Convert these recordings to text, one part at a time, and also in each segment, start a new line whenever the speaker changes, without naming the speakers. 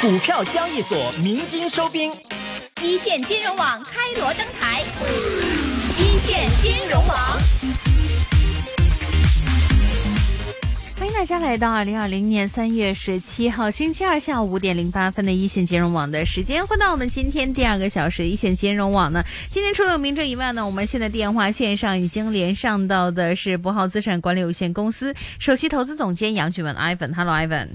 股票交易所鸣金收兵，
一线金融网开锣登台，一线金融网。
欢迎大家来到二零二零年三月十七号星期二下午五点零八分的一线金融网的时间，回到我们今天第二个小时一线金融网呢。今天除了有名正以外呢，我们现在电话线上已经连上到的是博浩资产管理有限公司首席投资总监杨俊文 Ivan。Hello Ivan。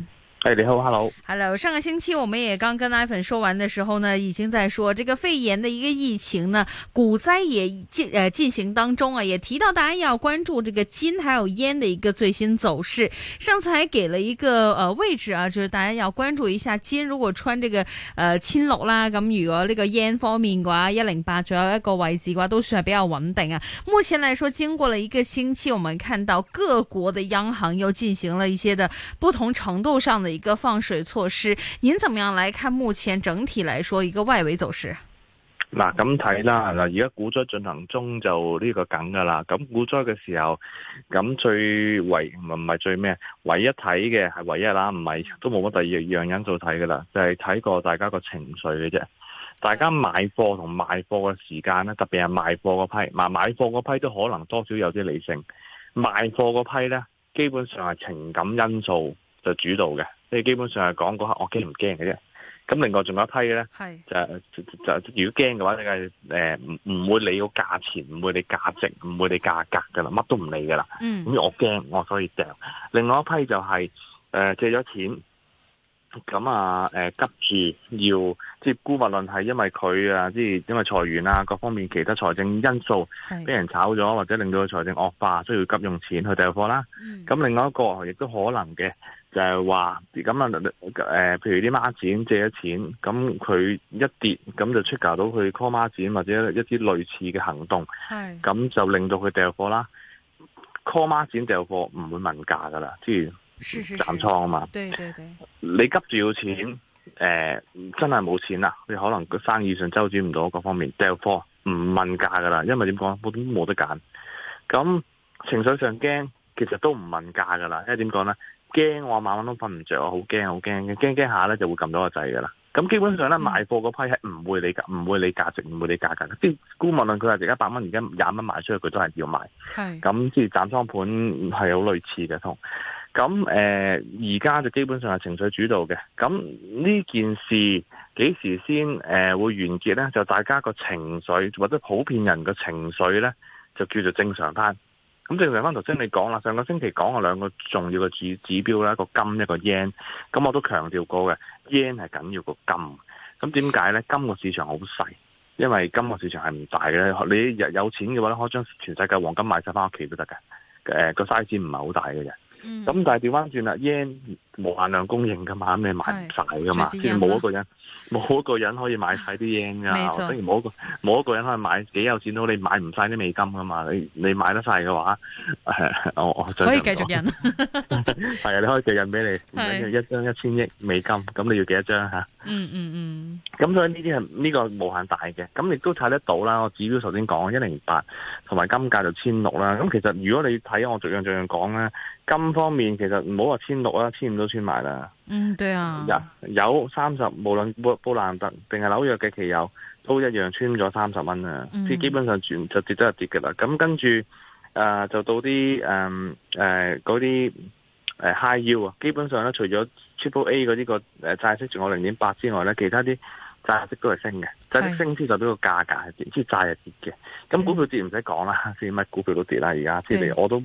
哎，你好，hello。
Hello，上个星期我们也刚跟 iPhone 说完的时候呢，已经在说这个肺炎的一个疫情呢，股灾也进呃进行当中啊，也提到大家要关注这个金还有烟的一个最新走势。上次还给了一个呃位置啊，就是大家要关注一下金，如果穿這個呃千六啦，咁如果呢個 yen 方面嘅話，一零八仲有一個位置嘅話，都算係比較穩定啊。目前來說，經過了一個星期，我們看到各國的央行又進行了一些的不同程度上的一个放水措施。您怎麼樣來看目前整體來說一個外圍走勢？
嗱咁睇啦，嗱而家股災進行中就呢個梗噶啦。咁股災嘅時候，咁最唯唔係唔係最咩？唯一睇嘅係唯一啦，唔係都冇乜第二樣因素睇噶啦，就係睇過大家個情緒嘅啫。大家買貨同賣貨嘅時間咧，特別係賣貨嗰批，嗱買貨嗰批都可能多少有啲理性，賣貨嗰批咧基本上係情感因素就主導嘅，即係基本上係講嗰刻我驚唔驚嘅啫。咁另外仲有一批咧。
係
就就就如果驚嘅話，你係誒唔唔會理個價錢，唔會理價值，唔會理價格噶啦，乜都唔理噶啦。
嗯
咁我驚，我所以掉。另外一批就係、呃借咗錢，咁啊誒、呃急住要，即係姑勿論係因為佢啊，即係因為裁員啊，各方面其他財政因素
係
俾人炒咗，或者令到佢財政惡化，需要急用錢去掉貨啦。
嗯
咁另外一個亦都可能嘅就係話，咁啊誒，譬如啲孖展借咗錢，咁佢一跌，咁就 trigger 到佢 call 孖展或者一啲類似嘅行動，
係
咁就令到佢掉貨啦。call 孖展掉貨唔會問價噶啦，即
是是
係
是
斬倉啊嘛。
對對對，
你急住要錢，誒、呃真係冇錢啦，你可能個生意上周轉唔到各方面，掉貨唔問價噶啦，因為點講，啊冇冇得揀。咁情緒上驚，其實都唔問價噶啦，因為點講呢？驚我晚晚都瞓唔着，我好驚好驚，驚驚下呢就會撳到個掣噶啦。咁基本上呢，
嗯
賣貨嗰批係唔會理價，唔會理價值，唔會理價格嘅。即係估無論佢係而家百蚊，而家廿蚊賣出去，佢都係要賣。
係
咁即係斬倉盤係好類似嘅同。咁誒，呃而家就基本上係情緒主導嘅。咁呃呢件事幾時先誒、呃、會完結呢？就大家個情緒或者普遍人嘅情緒呢，就叫做正常翻。咁正常翻，頭先你講啦，上個星期講嘅兩個重要嘅指指標啦，一個金一個 yen。咁我都強調過嘅，yen 係緊要過金。咁點解呢？金個市場好細。因為金個市場係唔大嘅咧，你有有錢嘅話咧，可以將全世界黃金買晒翻屋企都得嘅。誒、個 size 唔係好大嘅啫。
嗯
咁但係調翻轉啦，yen 無限量供應噶嘛，咁你買唔晒噶嘛，
隨時
即
印
係冇一個人 冇一個人可以買晒啲 yen
冇
㗎，
錯
或者冇一個冇一個人可以買幾有錢都好你買唔晒啲美金㗎嘛，你你買得晒嘅話，我 我想
可以
象
繼
唔到
續印。
係啊，你可以繼續印俾你，唔緊要一張一千億美金，咁你要幾多啊張嚇？
嗯嗯
咁所以呢啲係呢個無限大嘅，咁亦都睇得到啦。我指標頭先講一零八，同埋金價就千六啦。咁其實如果你睇我逐樣逐樣講咧，金方面其實唔好話千六啦，千五都穿埋啦。
嗯嗯，對啊，
有有三十，無論布布蘭特定係紐約嘅期油，都一樣穿咗三十蚊啊！
嗯
即係基本上全就跌得就跌嘅啦。咁跟住誒、呃就到啲誒誒嗰啲誒 high yield 啊，基本上咧除咗 triple A 嗰啲個誒債息仲有零點八之外咧，其他啲債息都係升嘅，債息升先代表個價格係跌，即係債係跌嘅。咁股
嗯
票跌唔使講啦， 先乜股票都跌啦，而家即係你
對
我都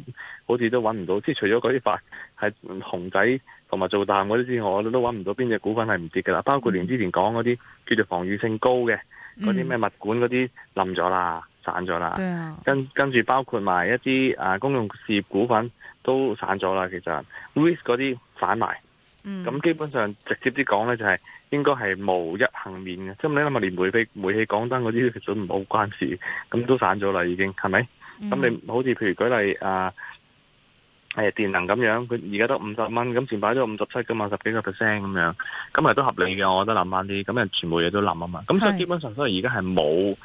好似都揾唔到，即係除咗嗰啲發係紅仔。同埋做淡嗰啲之外，我哋都揾唔到邊只股份係唔跌嘅啦。包括連
嗯
之前講嗰啲叫做防禦性高嘅嗰啲咩物管嗰啲冧咗啦，散咗啦
嗯？。對啊，
跟跟住包括埋一啲啊公用事業股份都散咗啦，其實 risk 嗰啲散埋。
嗯
咁基本上直接啲講咧，就係應該係無一幸免嘅。即係你諗下，連煤氣煤氣港燈嗰啲其實唔好關事，咁都散咗啦，已經係咪？
嗯
咁你好似譬如舉例啊，誒電能咁樣，佢而家得五十蚊，咁前排都五十七噶嘛，十幾個 percent 咁樣，咁咪都合理嘅，我覺得諗翻啲，咁人全部嘢都諗啊嘛，咁所
係
以基本上所以而家係冇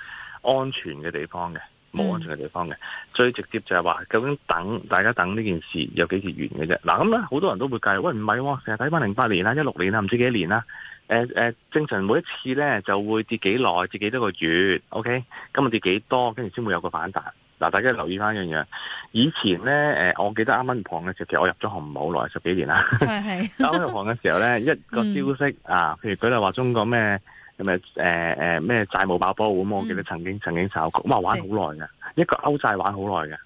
安全嘅地方嘅，冇安全嘅地方嘅，最直接就係話究竟等大家等呢件事啊有幾時完嘅啫，嗱咁咧好多人都會計，喂唔係喎，成日睇翻零八年啦、一六年啦、唔知幾多年啦。誒、啊誒誒，正常每一次咧就會跌幾耐，跌幾多個月，OK，今日跌幾多，跟住先會有個反彈。嗱，大家留意翻一樣嘢，以前咧誒，我記得啱啱入行嘅時候，其實我入咗行唔係好耐，十幾年啦。
係係
啱啱入行嘅時候咧，一個消息啊，譬如舉例話中國咩咩誒誒咩債務爆煲咁，我記得曾經曾經炒過，哇玩好耐嘅，一個歐債玩好耐嘅，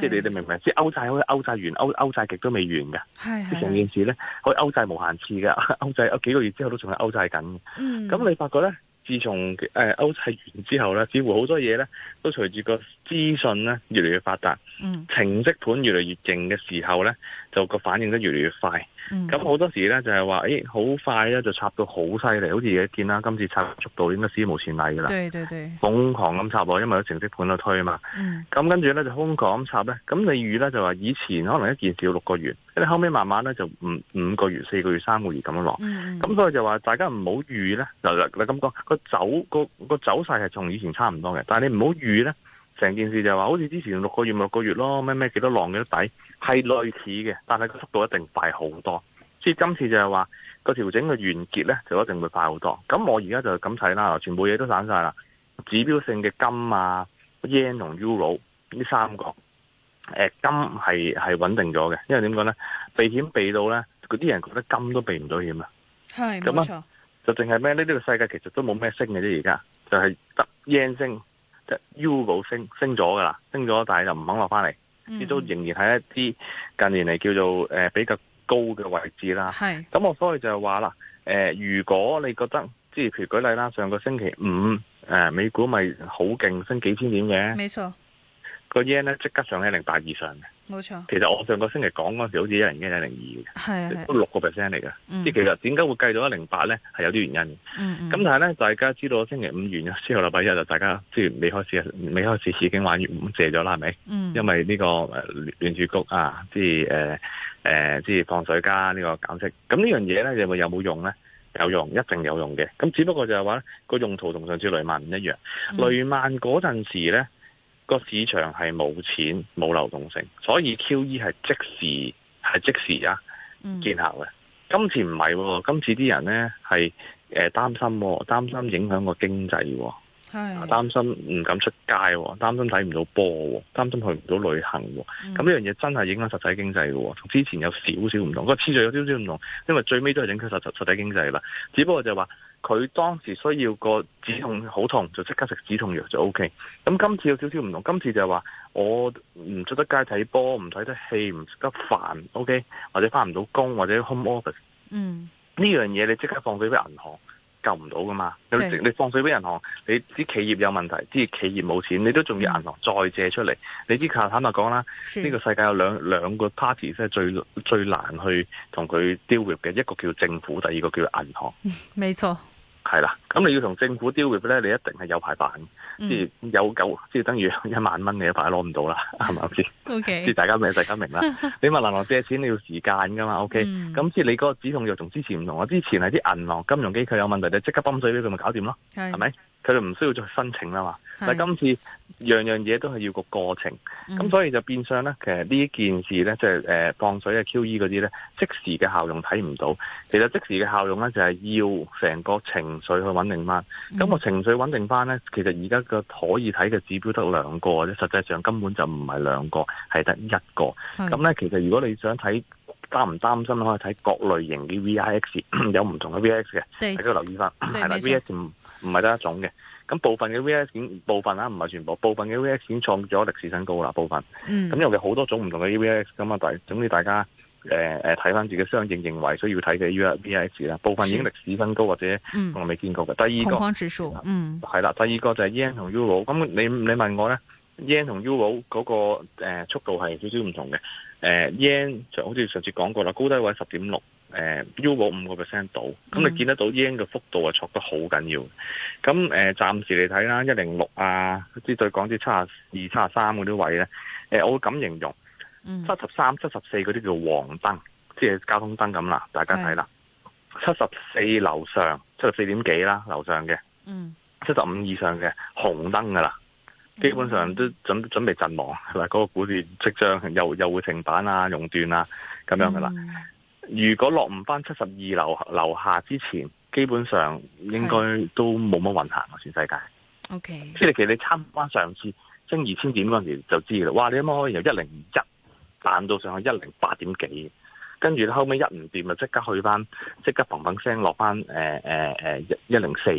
即係你哋明唔明？即係歐債好似歐債完，歐歐債極都未完嘅，
係
即係
係
成件事咧，可以歐債無限次嘅， 歐債歐幾個月之後都仲係歐債緊嘅。
嗯
咁你發覺咧，自從誒歐債完之後咧，似乎好多嘢咧都隨住個資訊咧越嚟越發達，
嗯
程式盤越嚟越勁嘅時候咧，就個反應得越嚟越快。
嗯
咁好多時咧就係話，誒好快咧就插到好犀利，好似而家見啦，今次插嘅速度應該史無前例噶啦，
對對對
瘋狂咁插落，因為有程式盤喺度推啊嘛。
嗯
咁跟住咧就瘋狂咁插咧，咁你預咧就話以前可能一件事要六個月，跟住後尾慢慢咧就五五個月、四個月、三個月咁樣落。
嗯
咁所以就話大家唔好預咧，嗱嗱嗱咁講個走個個走勢係同以前差唔多嘅，但係你唔好預咧，成件事就係話好似之前六個月咪六個月咯，咩咩幾多浪幾多底，係類似嘅，但係個速度一定快好多。所以今次就係話個調整嘅完結咧，就一定會快好多。咁我而家就咁睇啦，全部嘢都散晒啦，指標性嘅金啊、yen 同 euro 呢三個，誒金係係穩定咗嘅，因為點講咧，避險避到咧，嗰啲人覺得金都避唔到險啊。
係
咁
冇錯
就淨係咩呢？呢、個世界其實都冇咩升嘅啫，而家就係得 yen 升，得 Euro 升，升咗噶啦，升咗，但係就唔肯落翻嚟，
嗯
亦都仍然喺一啲近年嚟叫做誒、呃比較高嘅位置啦。
係
咁我所以就係話啦，誒、如果你覺得，即係譬如舉例啦，上個星期五誒、呃美股咪好勁，升幾千點嘅，
冇錯
個 yen 咧即刻上喺零八以上嘅。
冇錯
其實我上個星期講嗰陣時，好似一零一、一零
係
二嘅，
係
都六個 percent 嚟嘅。
嗯
即係其實點解會計到一零八咧，係有啲原因嘅。
嗯
咁但係咧，大家知道星期五完咗之後，禮拜一就大家即係未開始，未開始已經玩完五借咗啦，係咪？
嗯
因為呢、個誒聯儲局啊，即係誒誒，即係放水加呢個減息。咁呢樣嘢咧，你話有冇用咧？有用，一定有用嘅。咁只不過就係話咧，個用途同上次雷曼唔一樣。
嗯
雷曼嗰陣時咧，個市場係冇錢冇流動性，所以 QE 係即時係即時啊。
嗯
見效嘅。今次唔係喎，今次啲人呢係誒擔心喎，擔心影響個經濟喎，
係
擔心唔敢出街喎，擔心睇唔到波喎，擔心去唔到旅行喎。
嗯
咁呢樣嘢真係影響實體經濟嘅喎，同之前有少少唔同，個次序有少少唔同，因為最尾都係影響實實實體經濟啦。只不過就係話佢當時需要個止痛好痛，就即刻食止痛藥就 O K。咁今次有少少唔同，今次就係話我唔出得街睇波，唔睇得戲，唔食得飯，O K，或者翻唔到工，或者 home office
嗯
呢樣嘢，你即刻放水俾銀行。救唔到噶嘛？你
對
你放水俾銀行，你啲企業有問題，啲企業冇錢，你都仲要銀行再借出嚟。你啲卡坦白講啦，
是
呢個世界有兩兩個 party 真係最最難去同佢 deal with 嘅，一個叫政府，第二個叫銀行，
沒錯
係啦。咁你要同政府 deal with 咧，你一定係有排辦，即係有夠，即係等於 一萬蚊你一排攞唔到 啦，係咪先？
O
即係
K
大家明，大家 明啦。你問銀行借錢，你要時間噶嘛？OK，
嗯
咁即係你嗰個止痛藥同之前唔同啊。之前係啲銀行、金融機構有問題，你即刻泵水俾佢咪搞掂咯，
係
係咪？佢哋唔需要再申請啦嘛。但係今次樣樣嘢都係要個過程。
嗯
咁所以就變相咧，其實呢件事咧，即係誒放水啊、QE 嗰啲咧，即時嘅效用睇唔到。其實即時嘅效用咧，就係要成個情緒去穩定翻。咁、個情緒穩定翻咧，其實而家個可以睇嘅指標得兩個啫，實際上根本就唔係兩個，係得一個。
嗯
咁咧，其實如果你想睇擔唔擔心，可以睇各類型嘅 VIX 有唔同嘅 VIX 嘅。
對
大家留意翻，
即係
係啦
咩
，VX 唔唔係得一種嘅，咁部分嘅 VX 已經部分啦，啊唔係全部，部分嘅 VX 已經創咗歷史新高啦，部分，
嗯
咁因為好多種唔同嘅 VX，咁啊大，總之大家誒誒睇翻自己相應認為需要睇嘅 E VX 啦，部分已經歷史新高或者
嗯
我未見過嘅。第二
恐
個
慌指數嗯
係啦，第二個就係 yen 同 euro，咁你你問我咧，yen 同 euro 嗰、個、呃、速度係少少唔同嘅，誒、yen 呃就好似上次講過啦，高低位十點六。誒 Euro 五個 percent 到，咁
嗯
你見得到 yen 嘅幅度啊，挫得好緊要。咁誒、呃，暫時嚟睇啦，一零六啊，即係對港紙七十二、七十三嗰啲位咧，誒、我會咁形容，
嗯
七十三、七十四嗰啲叫黃燈，即係交通燈咁啦，大家睇啦。七十四樓上，七十四點幾啦，樓上嘅，
嗯
七十五以上嘅紅燈噶啦，基本上都準準備陣亡，嗱、嗰個股市即將又又會停板啊、熔斷啊咁樣噶啦。如果落唔翻七十二樓樓下之前，基本上應該都冇乜運行啊，全世界。
OK，
即係其實你參翻上次升二千點嗰陣時就知啦，哇！你啱啱可以由一零二一彈到上去一零八點幾，跟住後尾一唔掂就啊即刻去翻，即刻砰砰聲落翻誒誒誒一零四，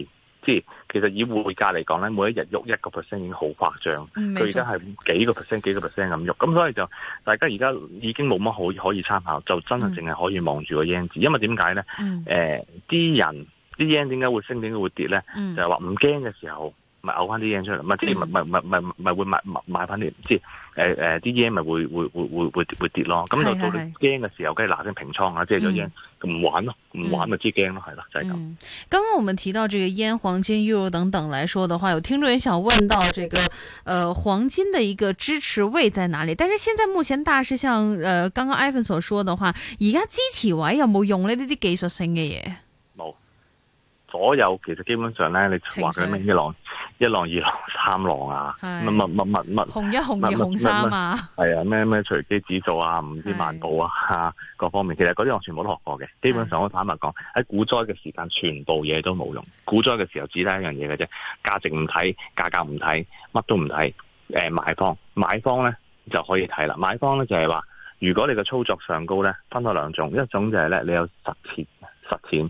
即係其實以匯價嚟講咧，每一日喐一個 percent 已經好誇張，
嗯，
佢
沒
而家
錯，
係幾個 percent 幾個 percent 咁喐，咁所以就大家而家已經冇乜好可以參考，就真係淨係可以望住個 yen 字，因為點解咧？
嗯
誒、啲人啲 yen 點解會升點解會跌咧？
嗯
就係話唔驚嘅時候，咪嘔翻啲 yen 出嚟，咪即係咪咪咪咪咪會買買買翻啲，即係誒誒啲 yen 咪會會會會會會跌咯。咁就到
係係
你驚嘅時候，梗係嗱聲平倉啊，即係咗 yen 唔玩咯，唔玩咪知驚咯，係啦，就係咁。
嗯，刚刚我们提到这个烟、黄金、euro 等等来说的话，有听众也想问到这个呃黄金的一个支持位在哪里？但是现在目前大市像呃刚刚 Ivan 所说的话，而家支持位有冇用呢？呢啲技術性嘅嘢，
冇。所有其實基本上咧，你
情
話
緒
佢咩一浪、一浪、二浪、三浪啊，
係
乜乜乜乜乜，
紅一、紅二、
乜乜
紅三啊，
係啊，咩咩隨機指數啊，唔知
係
漫步啊，各方面，其實嗰啲我全部都學過嘅。基本上我坦白講，喺股災嘅時間，全部嘢都冇用。股災嘅時候只得一樣嘢嘅啫，價值唔睇，價格唔睇，乜都唔睇。誒、買方，買方咧就可以睇啦。買方咧就係話，如果你嘅操作上高咧，分開兩種，一種就係咧你有實踐實踐，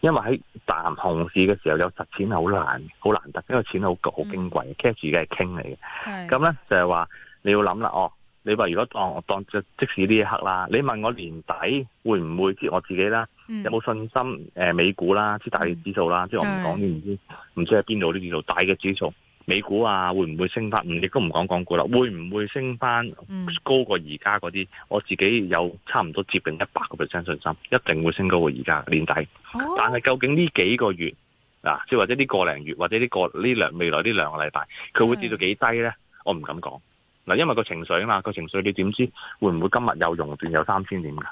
因為喺淡熊市嘅時候有實踐係好難好難得，因為錢好高好矜貴，cash 嘅係傾嚟嘅。咁咧就係話你要諗啦，哦，你話如果當我當即即使呢一刻啦，你問我年底會唔會即我自己啦，
嗯
有冇信心誒、呃美股啦，即大嘅指數啦，即係我唔講呢唔知唔知喺邊度啲指數，大嘅指數，美股啊會唔會升翻？唔亦都唔講港股啦，會唔會升翻
嗯
高過而家嗰啲？我自己有差唔多接近一百個 percent 信心，一定會升高過而家年底。
哦
但係究竟呢幾個月啊，即係或者呢個零月，或者呢、個呢兩未來呢兩個禮拜，佢會
嗯
跌到幾低咧？我唔敢講嗱，因為個情緒啊嘛，個情緒你點知會唔會今日又熔斷有三千點㗎？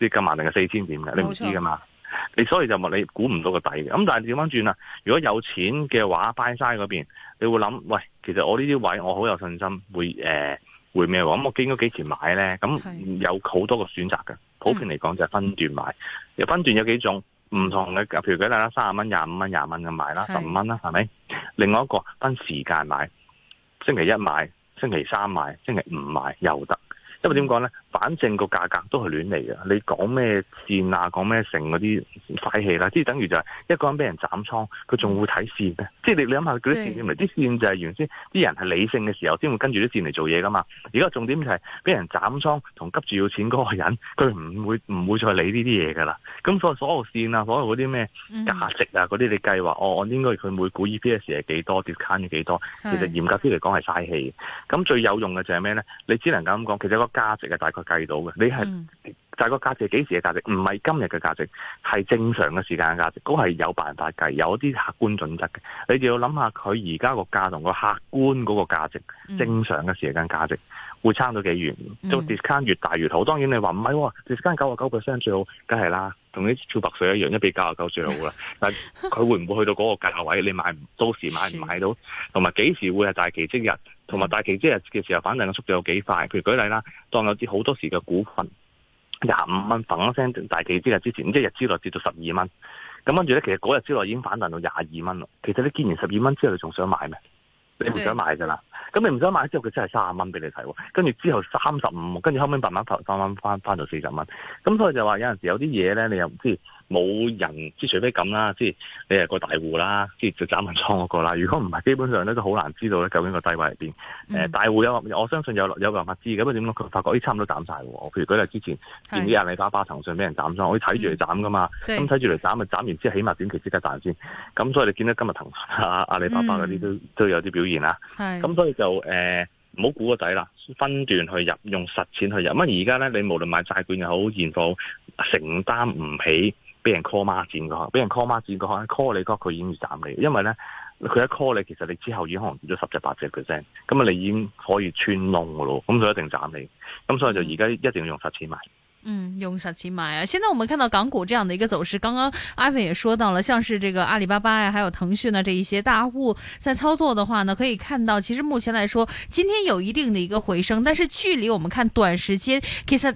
即係今晚定係四千點嘅，你唔知㗎嘛？你所以就問你估唔到個底嘅。咁但係調翻轉啦，如果有錢嘅話，buy side 嗰邊，你會諗，喂，其實我呢啲位我好有信心會誒、呃、會咩喎？咁我應該幾時買咧？咁
係嗯
有好多個選擇嘅。普遍嚟講就係分段買，有分段有幾種。唔同嘅，譬如舉例啦，三十蚊、廿五蚊、廿蚊咁買啦，十
係
五蚊啦，係咪？另外一個分時間買，星期一買，星期三買，星期五買又得。因為點講咧？反正個價格都係亂嚟嘅，你講咩線啊，講咩成嗰啲快氣啦，即係等於就係一個人俾人斬倉，佢仲會睇線咩？即係你你諗下佢啲線點嚟？啲線就係原先啲人係理性嘅時候先會跟住啲線嚟做嘢噶嘛。而家重點就係俾人斬倉同急住要錢嗰個人，佢唔會唔會再理呢啲嘢噶啦。咁所以所有線啊，所有嗰啲咩
嗯
價值啊，嗰啲你計劃，哦，我應該佢每股 E EPS 係幾多，discount 咗幾多？其實
係
嚴格啲嚟講係嘥氣嘅。咁最有用嘅就係咩咧？你只能夠咁講，其實個價值係大概計到嘅。你係
嗯
但係個價值係幾時嘅價值？唔係今日嘅價值，係正常嘅時間嘅價值。嗰係有辦法計，有啲客觀準則嘅。你就要諗下佢而家個價同個客觀嗰個價值，
嗯
正常嘅時間價值會差到幾遠？就
嗯
discount 越大越好。當然你話唔係喎，discount 九啊九 percent 最好，梗係啦，同啲漂白水一樣，一比九啊九最好 啦。但係佢會唔會去到嗰個價位？你買唔到時買唔 買到？同埋幾時會係大奇蹟日？同
嗯
埋大奇蹟日嘅時候反彈嘅速度有幾快？譬如舉例啦，當有啲好多時嘅股份。廿五蚊，嘭一聲大幾之日之前，一日之內跌到十二蚊，咁跟住咧，其實嗰日之內已經反彈到廿二蚊咯。其實你見完十二蚊之後，你仲想買咩？你唔
對
想買㗎啦。咁你唔想買之後，佢真係三十蚊俾你睇喎，跟住之後三十五，跟住後尾慢慢翻翻翻翻翻到四十蚊。咁所以就話有陣時有啲嘢咧，你又唔知冇人，即係除非咁啦，即係你係個大戶啦，即係就斬運倉嗰個啦。如果唔係，基本上咧都好難知道咧究竟個低位係邊。誒、
嗯
大戶有我相信有有辦法知嘅，咁啊點講？佢發覺咦差唔多斬晒喎。我譬如舉例之前見
係
啲阿里巴巴、騰訊俾人斬咗，我要睇住嚟斬噶嘛。
對
咁睇住嚟斬咪斬完之後，起碼短期即刻彈先。咁所以你見到今日騰訊啊、阿里巴巴嗰啲都、都有啲表現啦。
係
咁所以就誒唔好估個底啦，分段去入，用實錢去入。乜而家咧，你無論買債券又好，現貨好承擔唔起俾人 call 孖展嗰下，俾人 call 孖展嗰下 call 你嗰下佢已經要斬你，因為咧佢一 call 你，其實你之後已經可能跌咗十隻八隻 percent，咁啊你已經可以穿窿噶咯，咁佢一定斬你。咁所以就而家一定要用實錢買。
嗯，用小钱买啊！现在我们看到港股这样的一个走势，刚刚 Ivan 也说到了，像是这个阿里巴巴呀、还有腾讯呢这一些大户在操作的话呢，可以看到，其实目前来说，今天有一定的一个回升，但是距离我们看短時間，其實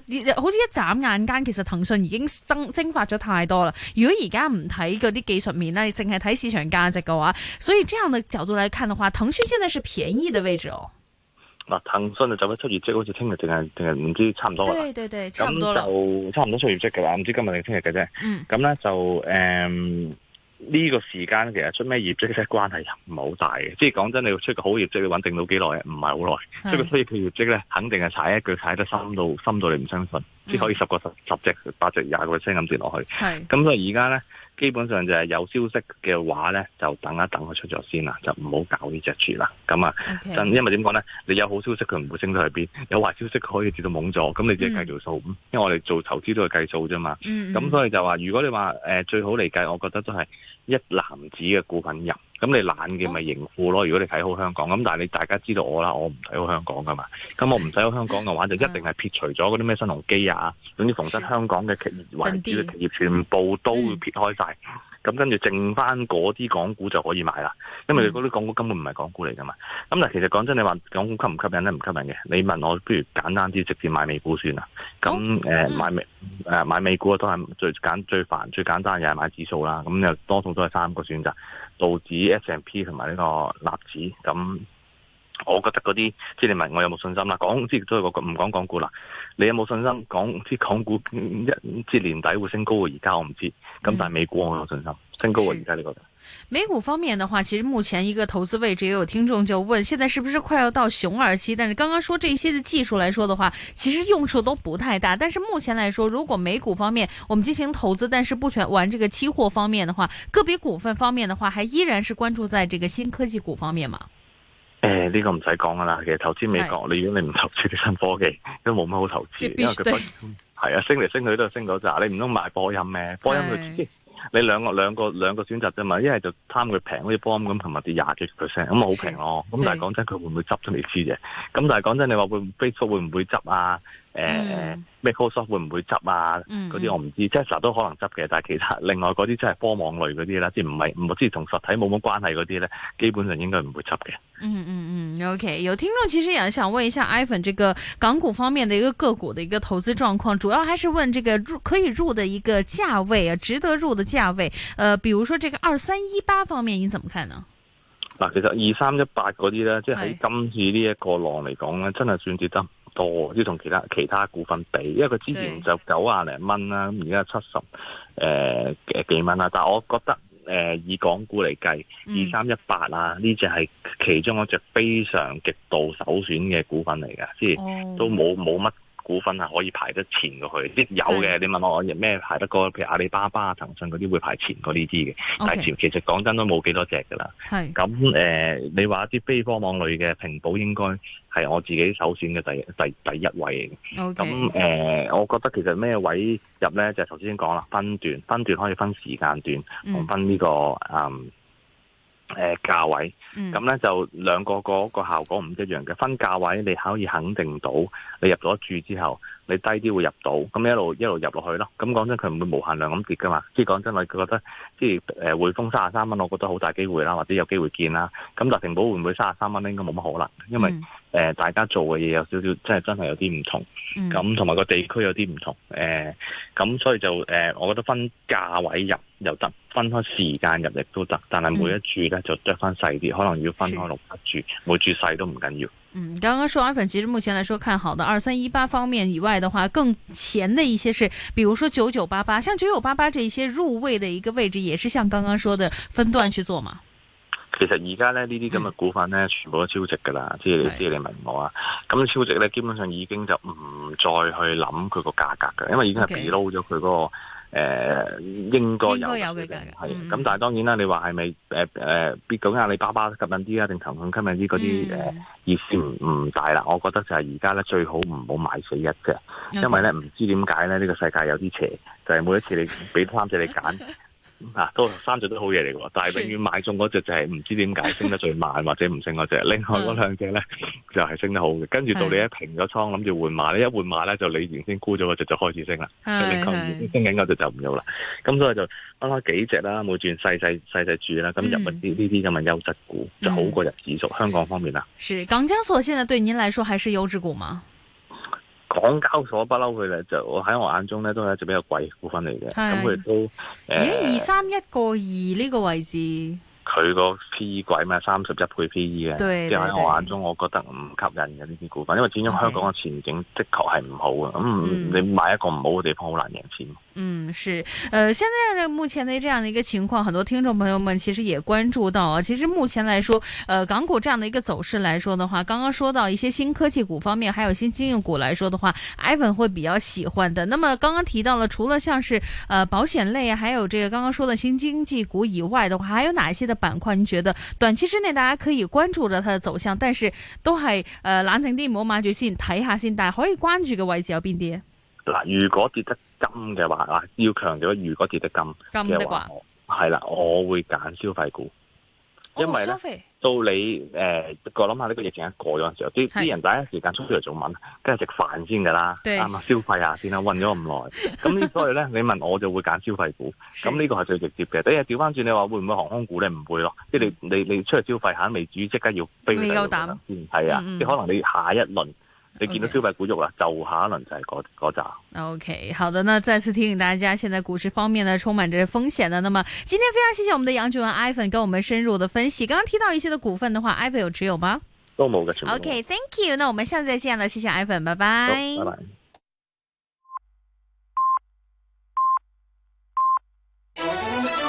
好似一眨眼間，其實騰訊已經增蒸發咗太多啦。如果而家唔睇嗰啲技術面呢，淨係睇市場價值嘅話，所以這樣的角度來看的話，騰訊現在是便宜的位置哦。
嗱，騰訊就走咗出業績，好似聽日定係定係唔知差唔多㗎啦。
對對對，差
咁
唔多啦。
就差唔多出業績㗎啦，唔知今日定聽日嘅啫。
嗯
咁咧就誒呢、個時間其實出咩業績咧關係又唔係好大嘅，即係講真，你要出個好業績，你穩定到幾耐啊？唔係好
係
耐，出個衰嘅業績咧，肯定係踩一腳踩得深到深到你唔相
嗯
信，只可以十個十十隻八隻廿個 percent 咁跌落去。
係
咁所以而家咧，基本上就係有消息嘅話咧，就等一等佢出咗先啦，就唔好搞呢只住啦。咁啊，
，OK。
真因為點講咧？你有好消息佢唔會升到去邊，有壞消息佢可以跌到懵咗，咁你自己計條數。嗯因為我哋做投資都係計數啫嘛。
嗯，
咁所以就話，如果你話誒、呃最好嚟計，我覺得都係一籃子嘅股份入。咁你懶嘅咪盈富咯。如果你睇好香港，咁但係你大家知道我啦，我唔睇好香港噶嘛。咁我唔睇好香港嘅話，就一定係撇除咗嗰啲咩新鴻基啊，總之逢身香港嘅企業為主嘅企業，全部都會撇開晒。咁跟住剩翻嗰啲港股就可以買啦，因為嗰啲港股根本唔係港股嚟噶嘛。咁但係其實講真，你話港股吸唔吸引咧？唔吸引嘅。你問我，不如簡單啲，直接買美股算啦。咁誒、呃
嗯
買美誒買美股啊，都係最簡最煩最簡單，又係買指數啦。咁又多數都係三個選擇，道指、S&P 同埋呢個納指。咁我覺得嗰啲，即係你問我有冇信心啦？講即係都係嗰個唔講港股啦。你有冇信心講即係港股嗯一即係年底會升高過而家？我唔知。咁但係美股我有信心，升高過而家你覺得？
美股方面的话，其实目前一个投资位置也有听众就问，现在是不是快要到熊二期？但是刚刚说这些的技术来说的话，其实用处都不太大。但是目前来说，如果美股方面我们进行投资，但是不全玩这个期货方面的话，个别股份方面的话，还依然是关注在这个新科技股方面嘛？
呃誒呢、個唔使講噶啦，其實投資美國，你如果你唔投資啲新科技，都冇乜好投
即
資，
係必
因為佢
對
不係啊，升嚟升去都係升嗰扎，你唔通買波音咩？波音佢
係
即係你兩個兩個兩個選擇啫嘛，一係就貪佢平，好似波音咁，琴日跌廿幾 percent，咁啊好平咯。咁但
對
係講真，佢會唔會執咗你知啫？咁但係講真，你話會 Facebook 會唔會執啊？誒、
嗯
Microsoft 會唔會執啊？
嗯
嗰啲我唔知，Tesla 都可能執嘅，但係其他另外嗰啲真係科網類嗰啲啦，即係唔係唔即係同實體冇乜關係嗰啲咧，基本上應該唔會執嘅。
嗯嗯嗯，OK。有听众其实也想问一下 iPhone 这个港股方面的一个个股的一个投资状况，主要还是问这个入可以入的一个价位啊，值得入的价位。呃，比如说这个二三一八方面，你怎么看呢？
嗱，其實二三一八嗰啲咧，即係喺
係
今次呢一個浪嚟講咧，真係算跌得唔多，即係同其他其他股份比，因為佢之前就九啊零蚊啦，咁而家七十誒幾蚊啦。但係我覺得誒、呃以港股嚟計，
嗯
二三一八啊，呢只係其中一隻非常極度首選嘅股份嚟嘅，即係
哦
都冇冇乜。股份係可以排得前過去，即係有嘅。你問我我咩排得過？譬如阿里巴巴、騰訊嗰啲會排前過呢啲嘅，但係
OK，
前其實講真都冇幾多隻㗎啦。
係
咁誒、呃你話一啲非科網類嘅平保應該係我自己首選嘅第第第一位嚟嘅。咁
OK，
誒、呃我覺得其實咩位入咧，就係頭先講啦，分段，分段可以分時間段同
嗯
分呢、個嗯誒價位。
嗯
咁咧就兩個嗰個效果唔一樣嘅，分價位你可以肯定到，你入咗注之後，你低啲會入到，咁一路一路入落去咯。咁講真，佢唔會無限量咁跌噶嘛。即係講真，我覺得即係誒呃匯豐三十三蚊，我覺得好大機會啦，或者有機會見啦。咁特平保會唔會三十三蚊咧？應該冇乜可能，因為誒、
嗯
呃大家做嘅嘢有少少，真係真係有啲唔同。
嗯
咁同埋個地區有啲唔同，誒、咁所以就誒、呃我覺得分價位入又得，分開時間入亦都得，但
嗯
係每一注咧就剁翻細啲，可能要分開六七注，每注細都唔緊要。
嗯，刚刚说 iPhone 其实目前来说看好的二三一八方面以外的话，更前的一些是，比如说九九八八，像九九八八这一些入位的一个位置，也是像刚刚说的分段去做嘛。
其實而家咧呢啲咁嘅股份咧，全部都超值㗎啦，即係你
嗯係
知你明我啊。咁超值咧，基本上已經就唔再去諗佢個價格㗎，因為已經係
OK
被撈咗佢嗰個。誒、呃、應該有
應該有嘅價
嘅水平
格
係
嗯
咁、但係當然啦，你話係咪誒誒？必究竟阿里巴巴吸引啲啊，定騰訊吸引啲嗰啲誒
嗯
意思唔唔大啦，我覺得就係而家咧最好唔好買死一隻，因為咧唔知點解咧呢、呢個世界有啲邪，就係、每一次你俾三隻你揀，啊，都三隻都好嘢嚟嘅喎，但係永遠買中嗰隻就係唔知點解升得最慢或者唔升嗰隻，另外嗰兩隻咧就係升得好嘅。跟住到你一平咗倉，諗住換馬咧，一換馬咧就你原先沽咗嗰隻就開始升啦，另外原先升緊嗰隻就唔要啦。咁所以就分開幾隻啦，每轉細細細細注啦，咁入一啲呢啲咁嘅優質股就好過入指數。香港方面啊啦，
是港交所現在對您來說還是優質股嗎？
港交所不嬲佢咧，就我喺我眼中咧都係一隻比較貴嘅股份嚟嘅，咁佢都呃
而家二
誒
三一個二呢個位置，
佢個 P E 貴嘛，三十一倍 P E 嘅，
對
即
對
係喺我眼中，我覺得唔吸引嘅呢啲股份，因為始終
OK
香港嘅前景的確係唔好嘅，咁
嗯
你買一個唔好嘅地方好難贏錢。
嗯，是，呃，現在目前的這樣的一個情況，很多聽眾朋友們其實也關注到啊。其實目前來說，呃，港股這樣的一個走勢來說的話，剛剛說到一些新科技股方面，還有新經濟股來說的話，iPhone 會比較喜歡的。那麼剛剛提到了，除了像是呃保險類啊，還有這個剛剛說的新經濟股以外的話，還有哪一些的板塊？您覺得短期之內大家可以關注着它的走向，但是都係呃冷靜啲，唔好買住先，睇下先。但係可以關注嘅位置有邊啲？
嗱，如果跌得金嘅話，嗱，要強調，如果跌得金
咁
嘅
得啩
話？，我係啦，我會揀消費股，因為咧。
哦，Sophie
到你誒個諗下呢個疫情一過咗嘅時候，啲
係
啲人第一時間衝出嚟做文，梗係食飯先㗎啦，
對
啱嘛？消費下先啦，混咗咁耐， 咁呢所以咧，你問我就會揀消費股，
是
咁呢個係最直接嘅。第一調翻轉，你話會唔會航空股咧？唔會咯，即係你你你出嚟消費下未至於即刻要飛
嗯
去
未
第二
夠
個
膽
先，係啊，
嗯嗯
即係可能你下一輪你見到
OK
消費股喐啦，就下一輪就係嗰嗰扎。
OK，好的，那再次提醒大家，现在股市方面呢充满着风险的。那么今天非常谢谢我们的杨俊文 iPhone 跟我们深入的分析。刚刚提到一些的股份的话，iPhone 有持有吗
都冇嘅，全部都冇。
？OK，Thank、you。那我们下次再见了，谢谢 iPhone，拜
好拜拜。